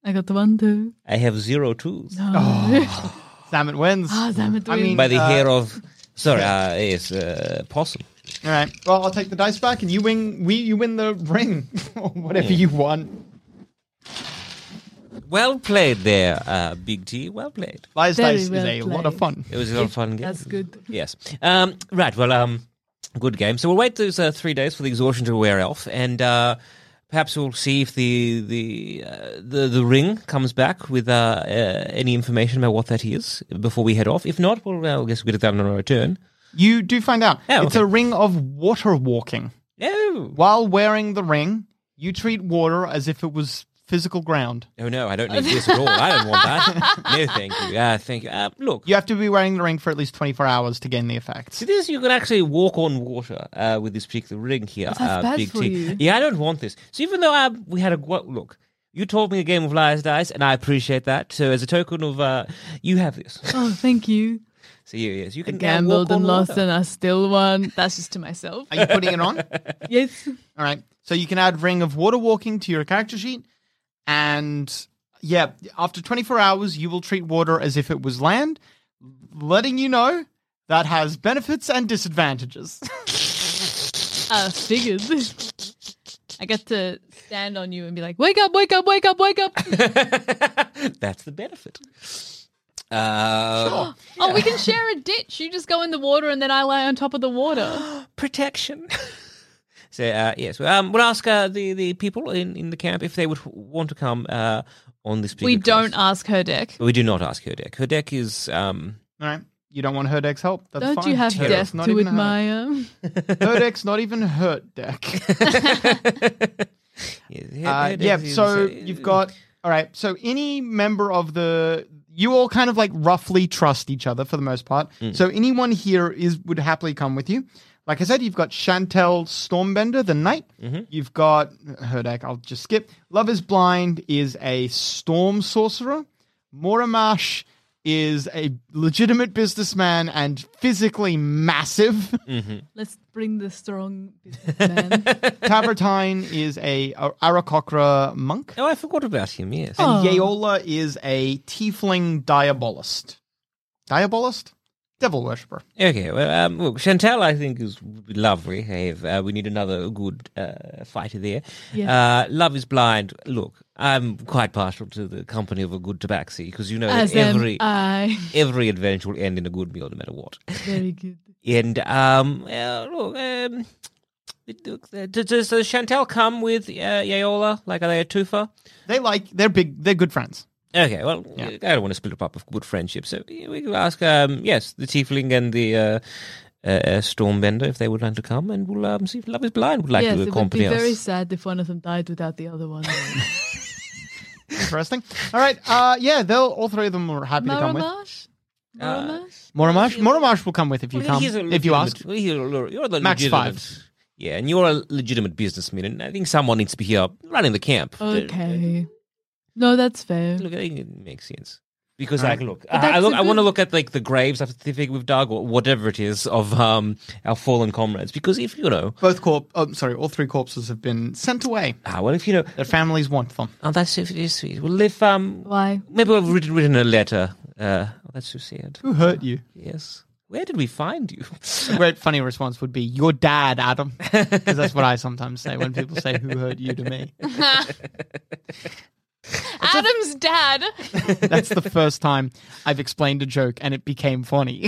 Speaker 3: I got the one two.
Speaker 1: I have zero twos.
Speaker 3: No.
Speaker 2: Sam it wins.
Speaker 3: Ah, damn it.
Speaker 2: Oh, I
Speaker 3: we-
Speaker 2: mean,
Speaker 1: By the
Speaker 2: Uh,
Speaker 1: hair of,
Speaker 3: (laughs)
Speaker 1: sorry, uh, yes, uh, possum.
Speaker 2: All right. Well, I'll take the dice back, and you win. We you win the ring (laughs) or whatever you want.
Speaker 1: Well played there, uh, Big T. Well played.
Speaker 2: Dice
Speaker 3: Very
Speaker 2: dice
Speaker 3: well
Speaker 2: is a lot of
Speaker 3: played.
Speaker 2: fun.
Speaker 1: It was a lot of fun. Game.
Speaker 3: That's good.
Speaker 1: Yes. Um, right. Well, um, good game. So we'll wait those uh, three days for the exhaustion to wear off, and uh, perhaps we'll see if the the uh, the, the ring comes back with uh, uh, any information about what that is before we head off. If not, we'll uh, I guess we'll get it done on our return.
Speaker 2: You do find out.
Speaker 1: Oh,
Speaker 2: It's
Speaker 1: okay.
Speaker 2: a ring of water walking.
Speaker 1: No.
Speaker 2: While wearing the ring, you treat water as if it was physical ground.
Speaker 1: Oh no, I don't need this at all. I don't want that.
Speaker 3: (laughs)
Speaker 1: No, thank you. Uh, thank you. Uh, look.
Speaker 2: You have to be wearing the ring for at least 24 hours to gain the effects.
Speaker 1: So this, you can actually walk on water uh, with this particular ring here.
Speaker 3: that's
Speaker 1: uh,
Speaker 3: bad
Speaker 1: Big
Speaker 3: for
Speaker 1: T.
Speaker 3: you.
Speaker 1: Yeah, I don't want this. So even though I, we had a gua- look, you told me a game of lies, dice, and I appreciate that. So as a token of, uh, you have
Speaker 3: (laughs)
Speaker 1: this. (laughs)
Speaker 3: Oh, thank
Speaker 2: (laughs)
Speaker 3: you.
Speaker 1: So you, yes, you
Speaker 3: I
Speaker 1: can uh,
Speaker 3: gambled
Speaker 1: walk on
Speaker 3: and lost,
Speaker 1: water.
Speaker 3: and I still won. That's just to myself.
Speaker 2: Are you putting
Speaker 3: (laughs)
Speaker 2: it on?
Speaker 3: yes.
Speaker 2: All right. So you can add Ring of Water Walking to your character sheet. And yeah, after 24 hours, you will treat water as if it was land, letting you know that has benefits and disadvantages.
Speaker 3: I figured. Ah, (laughs) I get to stand on you and be like, wake up, wake up, wake up,
Speaker 2: (laughs)
Speaker 3: wake up.
Speaker 1: (laughs) That's the benefit. Uh,
Speaker 3: (gasps) Oh, we can share a ditch. You just go in the water and then I lie on top of the water.
Speaker 1: Protection. so uh, yes, well, um, we'll ask uh, the the people in, in the camp if they would want to come uh, on this.
Speaker 3: we
Speaker 1: particular
Speaker 3: don't
Speaker 1: quest.
Speaker 3: ask her deck.
Speaker 1: we do not ask her deck. Her deck is um,
Speaker 2: All right. You don't want Herdek's help. That's
Speaker 3: Don't
Speaker 2: fine.
Speaker 3: you have
Speaker 1: Terrible.
Speaker 3: death
Speaker 2: Not
Speaker 3: to
Speaker 2: even a-
Speaker 3: admire?
Speaker 2: Herdek's not even hurt deck. Uh, yeah, so you've got all right. So any member of the you all kind of like roughly trust each other for the most part. So anyone here is would happily come with you. Like I said, you've got Chantel Stormbender, the knight. You've got Herdak. I'll just skip. Love is Blind is a storm sorcerer. Moramash is a legitimate businessman and physically massive.
Speaker 3: Let's bring the strong businessman.
Speaker 2: Tavertine is a Ar- Arakocra monk.
Speaker 1: Oh, I forgot about him. Yes.
Speaker 2: And Yeola is a tiefling diabolist. Diabolist? devil worshiper.
Speaker 1: Okay, well, um, look, Chantal, I think is lovely. Hey, if, uh, we need another good uh, fighter there.
Speaker 3: Yeah.
Speaker 1: Uh, Love is blind. Look, I'm quite partial to the company of a good tabaxi because you know that
Speaker 3: As in,
Speaker 1: every
Speaker 3: I. (laughs)
Speaker 1: every adventure will end in a good meal, no matter what.
Speaker 3: Very good.
Speaker 1: And um, uh, look, um, it- look, uh, does, does does Chantal come with uh, Yaola? Like, are they a twofer?
Speaker 2: They like they're big. They're good friends.
Speaker 1: Okay, well,
Speaker 2: Yeah.
Speaker 1: I don't want to split up of good friendship, so we can ask, um, yes, the Tiefling and the uh, uh, uh, Stormbender if they would like to come, and we'll um, see if Love is Blind would like
Speaker 3: yes,
Speaker 1: to
Speaker 3: it would be
Speaker 1: accompany us.
Speaker 3: very sad if one of them died without the other one.
Speaker 1: (laughs)
Speaker 2: Interesting. All right. Uh, yeah, they'll all three of them are happy to come with.
Speaker 3: Maramash? Maramash?
Speaker 2: Moramash, Moramash will come with if you
Speaker 1: Uh, Well,
Speaker 2: come.
Speaker 1: he's a
Speaker 2: If you
Speaker 1: legitimate-
Speaker 2: ask,
Speaker 1: well, he's a- you're the
Speaker 2: Max
Speaker 1: legitimate-
Speaker 2: five.
Speaker 1: Yeah, and you're a legitimate businessman, and I think someone needs to be here running the camp.
Speaker 3: Oh, okay. No, that's fair.
Speaker 1: Look, I think it makes sense. Because like, look,
Speaker 3: But
Speaker 1: I, I
Speaker 3: that's
Speaker 1: look,
Speaker 3: a
Speaker 1: I want to
Speaker 3: good-
Speaker 1: look at like the graves after the thing we've dug, or whatever it is, of um our fallen comrades. Because if you know,
Speaker 2: both corp. Oh, sorry, all three corpses have been sent away.
Speaker 1: ah, well, if you know,
Speaker 2: Their families want them.
Speaker 1: oh, that's so it is sweet. Well, if um,
Speaker 3: Why?
Speaker 1: Maybe I've written, written a letter. Uh, oh, that's so sad.
Speaker 2: Who hurt you?
Speaker 1: Yes. Where did we find you?
Speaker 2: A great funny response would be your dad, Adam, because that's what I sometimes say when people say who hurt you to me.
Speaker 3: Adam's
Speaker 1: (laughs)
Speaker 3: dad.
Speaker 2: That's the first time I've explained a joke and it became funny. (laughs)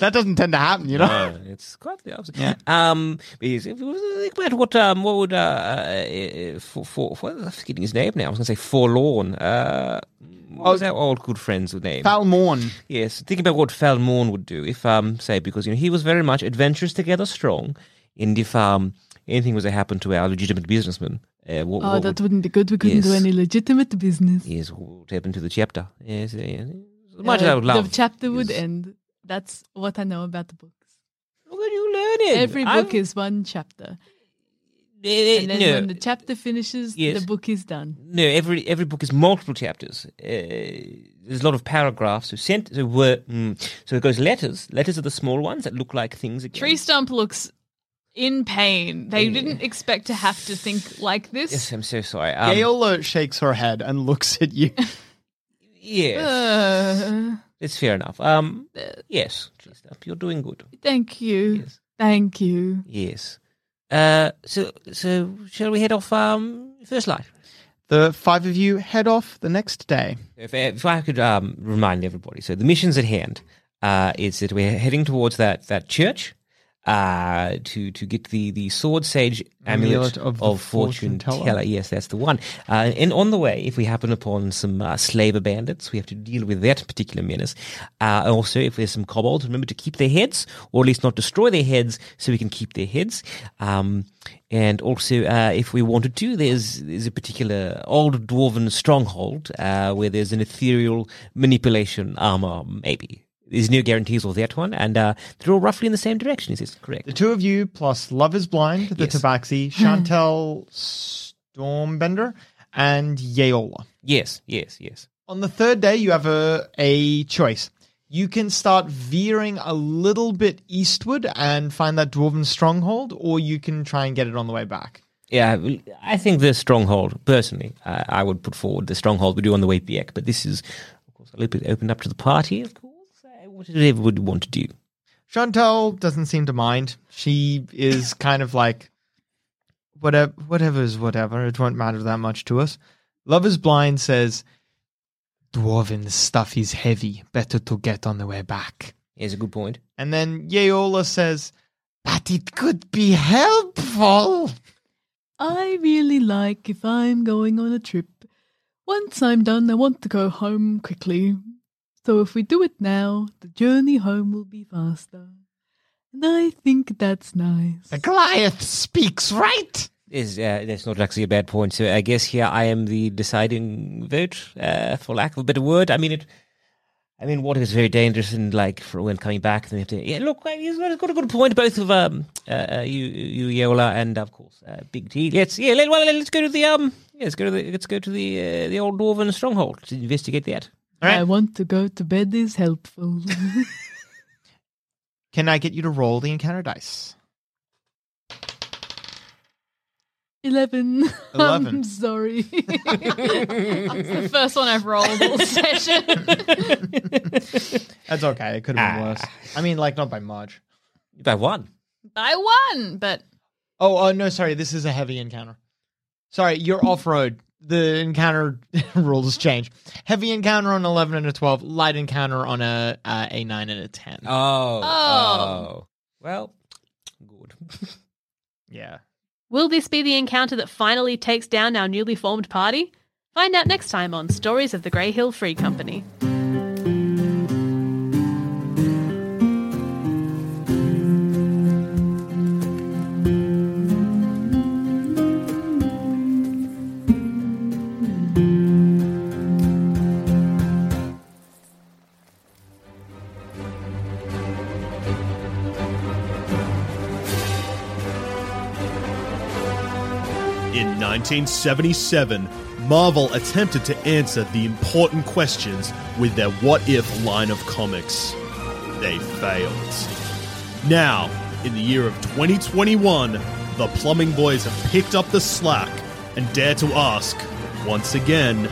Speaker 2: that doesn't tend to happen, you know.
Speaker 1: No, it's quite the opposite.
Speaker 2: Yeah.
Speaker 1: Um, is- if it was- think about what um, what would uh, uh, for, for, for I'm forgetting his name now. I was going to say forlorn. Uh, what was our old good friend's name?
Speaker 2: Falmorn.
Speaker 1: Yes, think about what Falmorn would do if, um, say, because you know he was very much adventurous together, strong, and if um, anything was to happen to our legitimate businessman, uh, what,
Speaker 3: Oh,
Speaker 1: what
Speaker 3: that
Speaker 1: would,
Speaker 3: wouldn't be good. We couldn't do
Speaker 1: Yes.
Speaker 3: any legitimate business.
Speaker 1: yes, what would happen to the chapter? Yes, yeah, yeah. As much as I
Speaker 3: Uh,
Speaker 1: would love,
Speaker 3: The chapter would
Speaker 1: yes.
Speaker 3: end. That's what I know about the books.
Speaker 1: Look at you learning.
Speaker 3: Every book is one chapter. And then when the chapter finishes,
Speaker 1: Eh, Yes.
Speaker 3: the book is done.
Speaker 1: no, every every book is multiple chapters. Uh, there's a lot of paragraphs. So sent so were mm, so it goes letters. Letters are the small ones that look like things again.
Speaker 3: Tree Stump looks in pain. They didn't expect to have to think like this.
Speaker 1: Yes, I'm so sorry. Um,
Speaker 2: Gaola shakes her head and looks at you.
Speaker 1: Yes,
Speaker 3: Uh,
Speaker 1: it's fair enough. Um, yes, tree stump, you're doing good.
Speaker 3: thank you.
Speaker 1: Yes.
Speaker 3: Thank you.
Speaker 1: Yes. Uh, so so shall we head off? Um, first light.
Speaker 2: The five of you head off the next day.
Speaker 1: If, if I could um, remind everybody, so the missions at hand uh, is that we're heading towards that that church uh, to to get the the sword sage amulet,
Speaker 2: Amulet of
Speaker 1: of,
Speaker 2: the
Speaker 1: fortune
Speaker 2: fortune teller.
Speaker 1: teller. Yes, that's the one. Uh, and on the way, if we happen upon some uh, slaver bandits, we have to deal with that particular menace. Uh, also, if there's some kobolds, remember to keep their heads, or at least not destroy their heads, so we can keep their heads. Um, and also, uh, if we wanted to, there's there's a particular old dwarven stronghold uh, where there's an ethereal manipulation armor, maybe. There's no guarantees of that one, and uh, they're all roughly in the same direction. Is this correct?
Speaker 2: The two of you plus Love is Blind, the
Speaker 1: Yes. (sighs)
Speaker 2: Tabaxi, Chantel Stormbender, and Yeola.
Speaker 1: Yes, yes, yes.
Speaker 2: On the third day, you have a, a choice. You can start veering a little bit eastward and find that Dwarven stronghold, or you can try and get it on the way back.
Speaker 1: Yeah, well, I think the stronghold, personally, I, I would put forward the stronghold we do on the way back, but this is, of course, a little bit opened up to the party, of course. Uh, Whatever would want to do.
Speaker 2: Chantel doesn't seem to mind. She
Speaker 1: (laughs)
Speaker 2: is kind of like, whatever, whatever is whatever. It won't matter that much to us. Love is Blind says, Dwarven stuff is heavy. Better to get on the way back.
Speaker 1: Is a good point.
Speaker 2: And then Yeola says, but it could be helpful.
Speaker 3: I really like if I'm going on a trip. Once I'm done, I want to go home quickly. So if we do it now, the journey home will be faster. And I think that's nice.
Speaker 2: The Goliath speaks right.
Speaker 1: Is uh, that's not actually a bad point. So I guess here I am the deciding vote, uh, for lack of a better word. I mean it. I mean water is very dangerous, and like for when coming back, then we have to. Yeah, look, uh, he's got he's got a good point. Both of um, uh, uh, you, you Yola, and of course uh, Big T. Let's yeah, let, well, let's go to the um, yeah, let's go to the let's go to the uh, the old dwarven stronghold to investigate that.
Speaker 2: Alright.
Speaker 3: I want to go to bed is
Speaker 2: (laughs)
Speaker 3: helpful.
Speaker 2: Can I get you to roll the encounter dice?
Speaker 3: 11.
Speaker 2: Eleven.
Speaker 3: I'm
Speaker 2: (laughs)
Speaker 3: sorry. (laughs) That's the first one I've rolled all session.
Speaker 2: That's okay. It could have been
Speaker 1: Ah.
Speaker 2: worse. I mean, like not by much.
Speaker 1: They won.
Speaker 3: I won, but
Speaker 2: Oh, uh, no, sorry. This is a heavy encounter. Sorry, you're off road. The encounter (laughs) rules change. Heavy encounter on eleven and a twelve. Light encounter on a uh, a nine and a ten.
Speaker 1: Oh.
Speaker 3: Oh.
Speaker 1: Well, good. (laughs)
Speaker 2: yeah.
Speaker 7: Will this be the encounter that finally takes down our newly formed party? Find out next time on Stories of the Grey Hill Free Company.
Speaker 8: In 1977, Marvel attempted to answer the important questions with their What If line of comics. They failed. Now, in the year of 2021, the Plumbing Boys have picked up the slack and dare to ask, once again,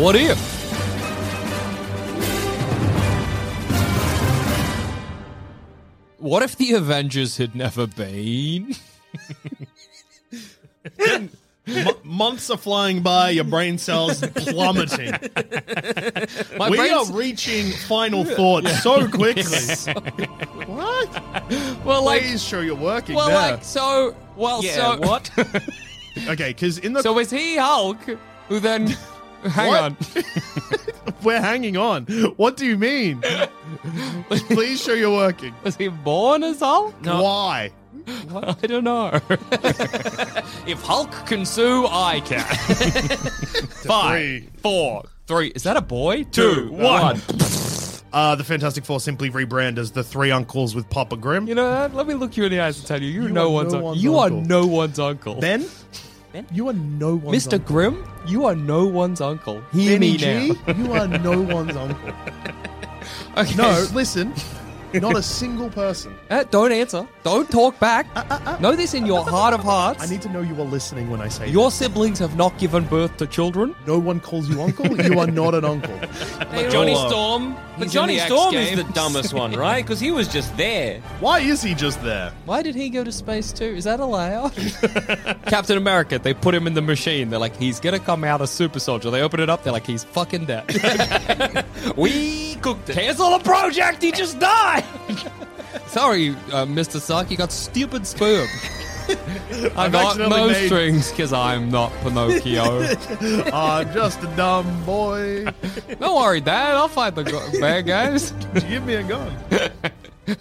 Speaker 1: What if?
Speaker 6: What if the Avengers had never been? (laughs)
Speaker 8: mo- months are flying by, your brain
Speaker 6: (laughs)
Speaker 8: cells plummeting.
Speaker 6: My
Speaker 8: we
Speaker 6: brain's-
Speaker 8: are reaching
Speaker 6: (laughs)
Speaker 8: final thought so quickly.
Speaker 6: well, like,
Speaker 8: Please show you're working
Speaker 6: well,
Speaker 8: there.
Speaker 6: like, so, well, so, (laughs)
Speaker 1: what?
Speaker 8: okay, because in the
Speaker 6: so was he Hulk? Who
Speaker 8: (laughs)
Speaker 6: then? Hang
Speaker 8: What?
Speaker 6: on.
Speaker 8: (laughs) We're hanging on. What do you
Speaker 6: (laughs)
Speaker 8: mean? Please show you're working.
Speaker 6: Was he born as Hulk?
Speaker 8: Why?
Speaker 6: (laughs) I don't know. (laughs) if Hulk can sue, I can. (laughs) Five,
Speaker 8: Three.
Speaker 6: four, three. Is that a boy?
Speaker 8: Two,
Speaker 6: one.
Speaker 8: (laughs) Uh, the Fantastic Four simply rebrand as the Three Uncles with Papa Grimm.
Speaker 6: You know, that? let me look you in the eyes and tell you, you're
Speaker 8: You
Speaker 6: no
Speaker 8: are
Speaker 6: one's,
Speaker 8: no
Speaker 6: un-
Speaker 8: one's
Speaker 6: You
Speaker 8: uncle.
Speaker 6: are no one's uncle.
Speaker 8: ben? You are no one's
Speaker 6: Mr. Grimm, you are no one's uncle. Hear me
Speaker 8: Benny
Speaker 6: now.
Speaker 8: G, you are no one's uncle.
Speaker 6: (laughs) Okay.
Speaker 8: No, listen. Not a
Speaker 6: (laughs)
Speaker 8: single person.
Speaker 6: Uh, don't answer. Don't talk back. know this in
Speaker 8: (laughs)
Speaker 6: your heart of hearts.
Speaker 8: Uh, I need to know you are listening when I say
Speaker 6: your
Speaker 8: this.
Speaker 6: siblings have not given birth to children.
Speaker 8: No one calls you uncle. You are not an (laughs) uncle.
Speaker 6: Johnny
Speaker 1: all-
Speaker 6: Storm.
Speaker 1: But
Speaker 6: he's
Speaker 1: Johnny
Speaker 6: in the X
Speaker 1: Storm is
Speaker 6: Games.
Speaker 1: the dumbest one, right? Because he was just there.
Speaker 8: (laughs) Why is he just there?
Speaker 6: Why did he go to space too? Is that
Speaker 1: (laughs)
Speaker 6: allowed? Captain America, they put him in the machine. They're like, he's gonna come out a super soldier. They open it up, they're like, he's fucking dead. we cooked it. Cancel the project, he just died! (laughs) Sorry, uh, Mr. Stark, you got stupid sperm. I
Speaker 8: (laughs) (laughs) I've
Speaker 6: got
Speaker 8: accidentally
Speaker 6: no
Speaker 8: made-
Speaker 6: strings because I'm not
Speaker 8: (laughs)
Speaker 6: Pinocchio.
Speaker 8: I'm just a dumb boy.
Speaker 6: (laughs) Don't worry, Dad, I'll fight the go- bad guys.
Speaker 8: (laughs) Give me a gun.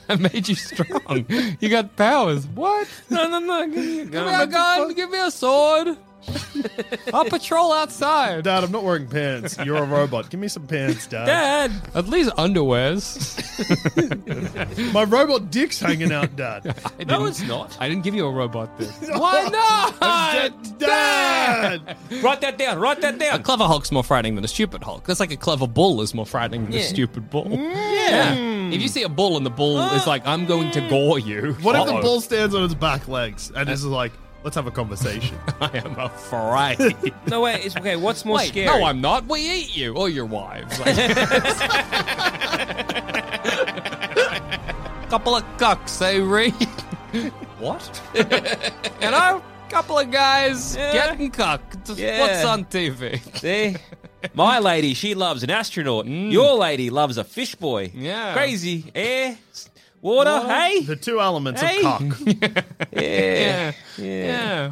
Speaker 6: I made you strong. You got powers. What?
Speaker 1: No, no, no. Give me a
Speaker 6: Give me a
Speaker 1: gun.
Speaker 6: gun. Give me a
Speaker 1: (laughs)
Speaker 6: sword. I'll patrol outside.
Speaker 8: Dad, I'm not wearing pants. You're a robot. Give me some pants, Dad.
Speaker 1: Dad.
Speaker 6: At least underwears.
Speaker 8: (laughs) My robot dick's hanging out, Dad.
Speaker 6: (laughs) I
Speaker 1: No,
Speaker 6: didn't-
Speaker 1: it's not.
Speaker 6: I didn't give you a robot
Speaker 8: (laughs)
Speaker 6: this. Why not?
Speaker 8: Dad!
Speaker 1: Write that down. Write that
Speaker 6: A
Speaker 1: down.
Speaker 6: clever Hulk's more frightening than a stupid Hulk. That's like a clever bull is more frightening than a
Speaker 1: Yeah.
Speaker 6: stupid bull.
Speaker 8: Mm.
Speaker 6: Yeah. If you see a bull and the bull is like, I'm going to gore you.
Speaker 8: What if the
Speaker 6: Uh-oh.
Speaker 8: bull stands on its back legs and is like, let's have a conversation?
Speaker 6: (laughs) I am afraid.
Speaker 1: (laughs) No, wait. It's okay. What's more
Speaker 6: Wait,
Speaker 1: scary?
Speaker 6: no, I'm not. We eat you or your wives.
Speaker 1: (laughs)
Speaker 6: couple of cucks, eh, they read.
Speaker 1: (laughs)
Speaker 6: (laughs) what? and I'm couple of guys
Speaker 1: Yeah.
Speaker 6: getting cucked.
Speaker 1: Yeah.
Speaker 6: What's on TV?
Speaker 1: (laughs) See? My lady, she loves an astronaut. Your lady loves a fish boy.
Speaker 6: Mm. Yeah.
Speaker 1: Crazy. eh? Air, s- water, hay.
Speaker 8: the two elements
Speaker 1: Hey.
Speaker 8: of
Speaker 6: (laughs)
Speaker 8: cock.
Speaker 1: Yeah.
Speaker 6: yeah. yeah.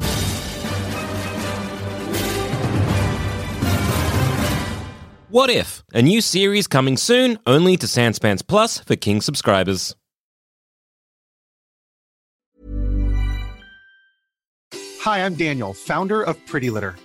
Speaker 1: What if? A new series coming soon, only to Sanspants Plus for King subscribers.
Speaker 9: Hi, I'm Daniel, founder of Pretty Litter.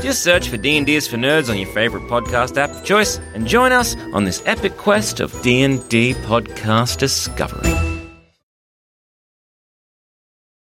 Speaker 1: Just search for D&D is for Nerds on your favorite podcast app of choice and join us on this epic quest of D&D podcast discovery.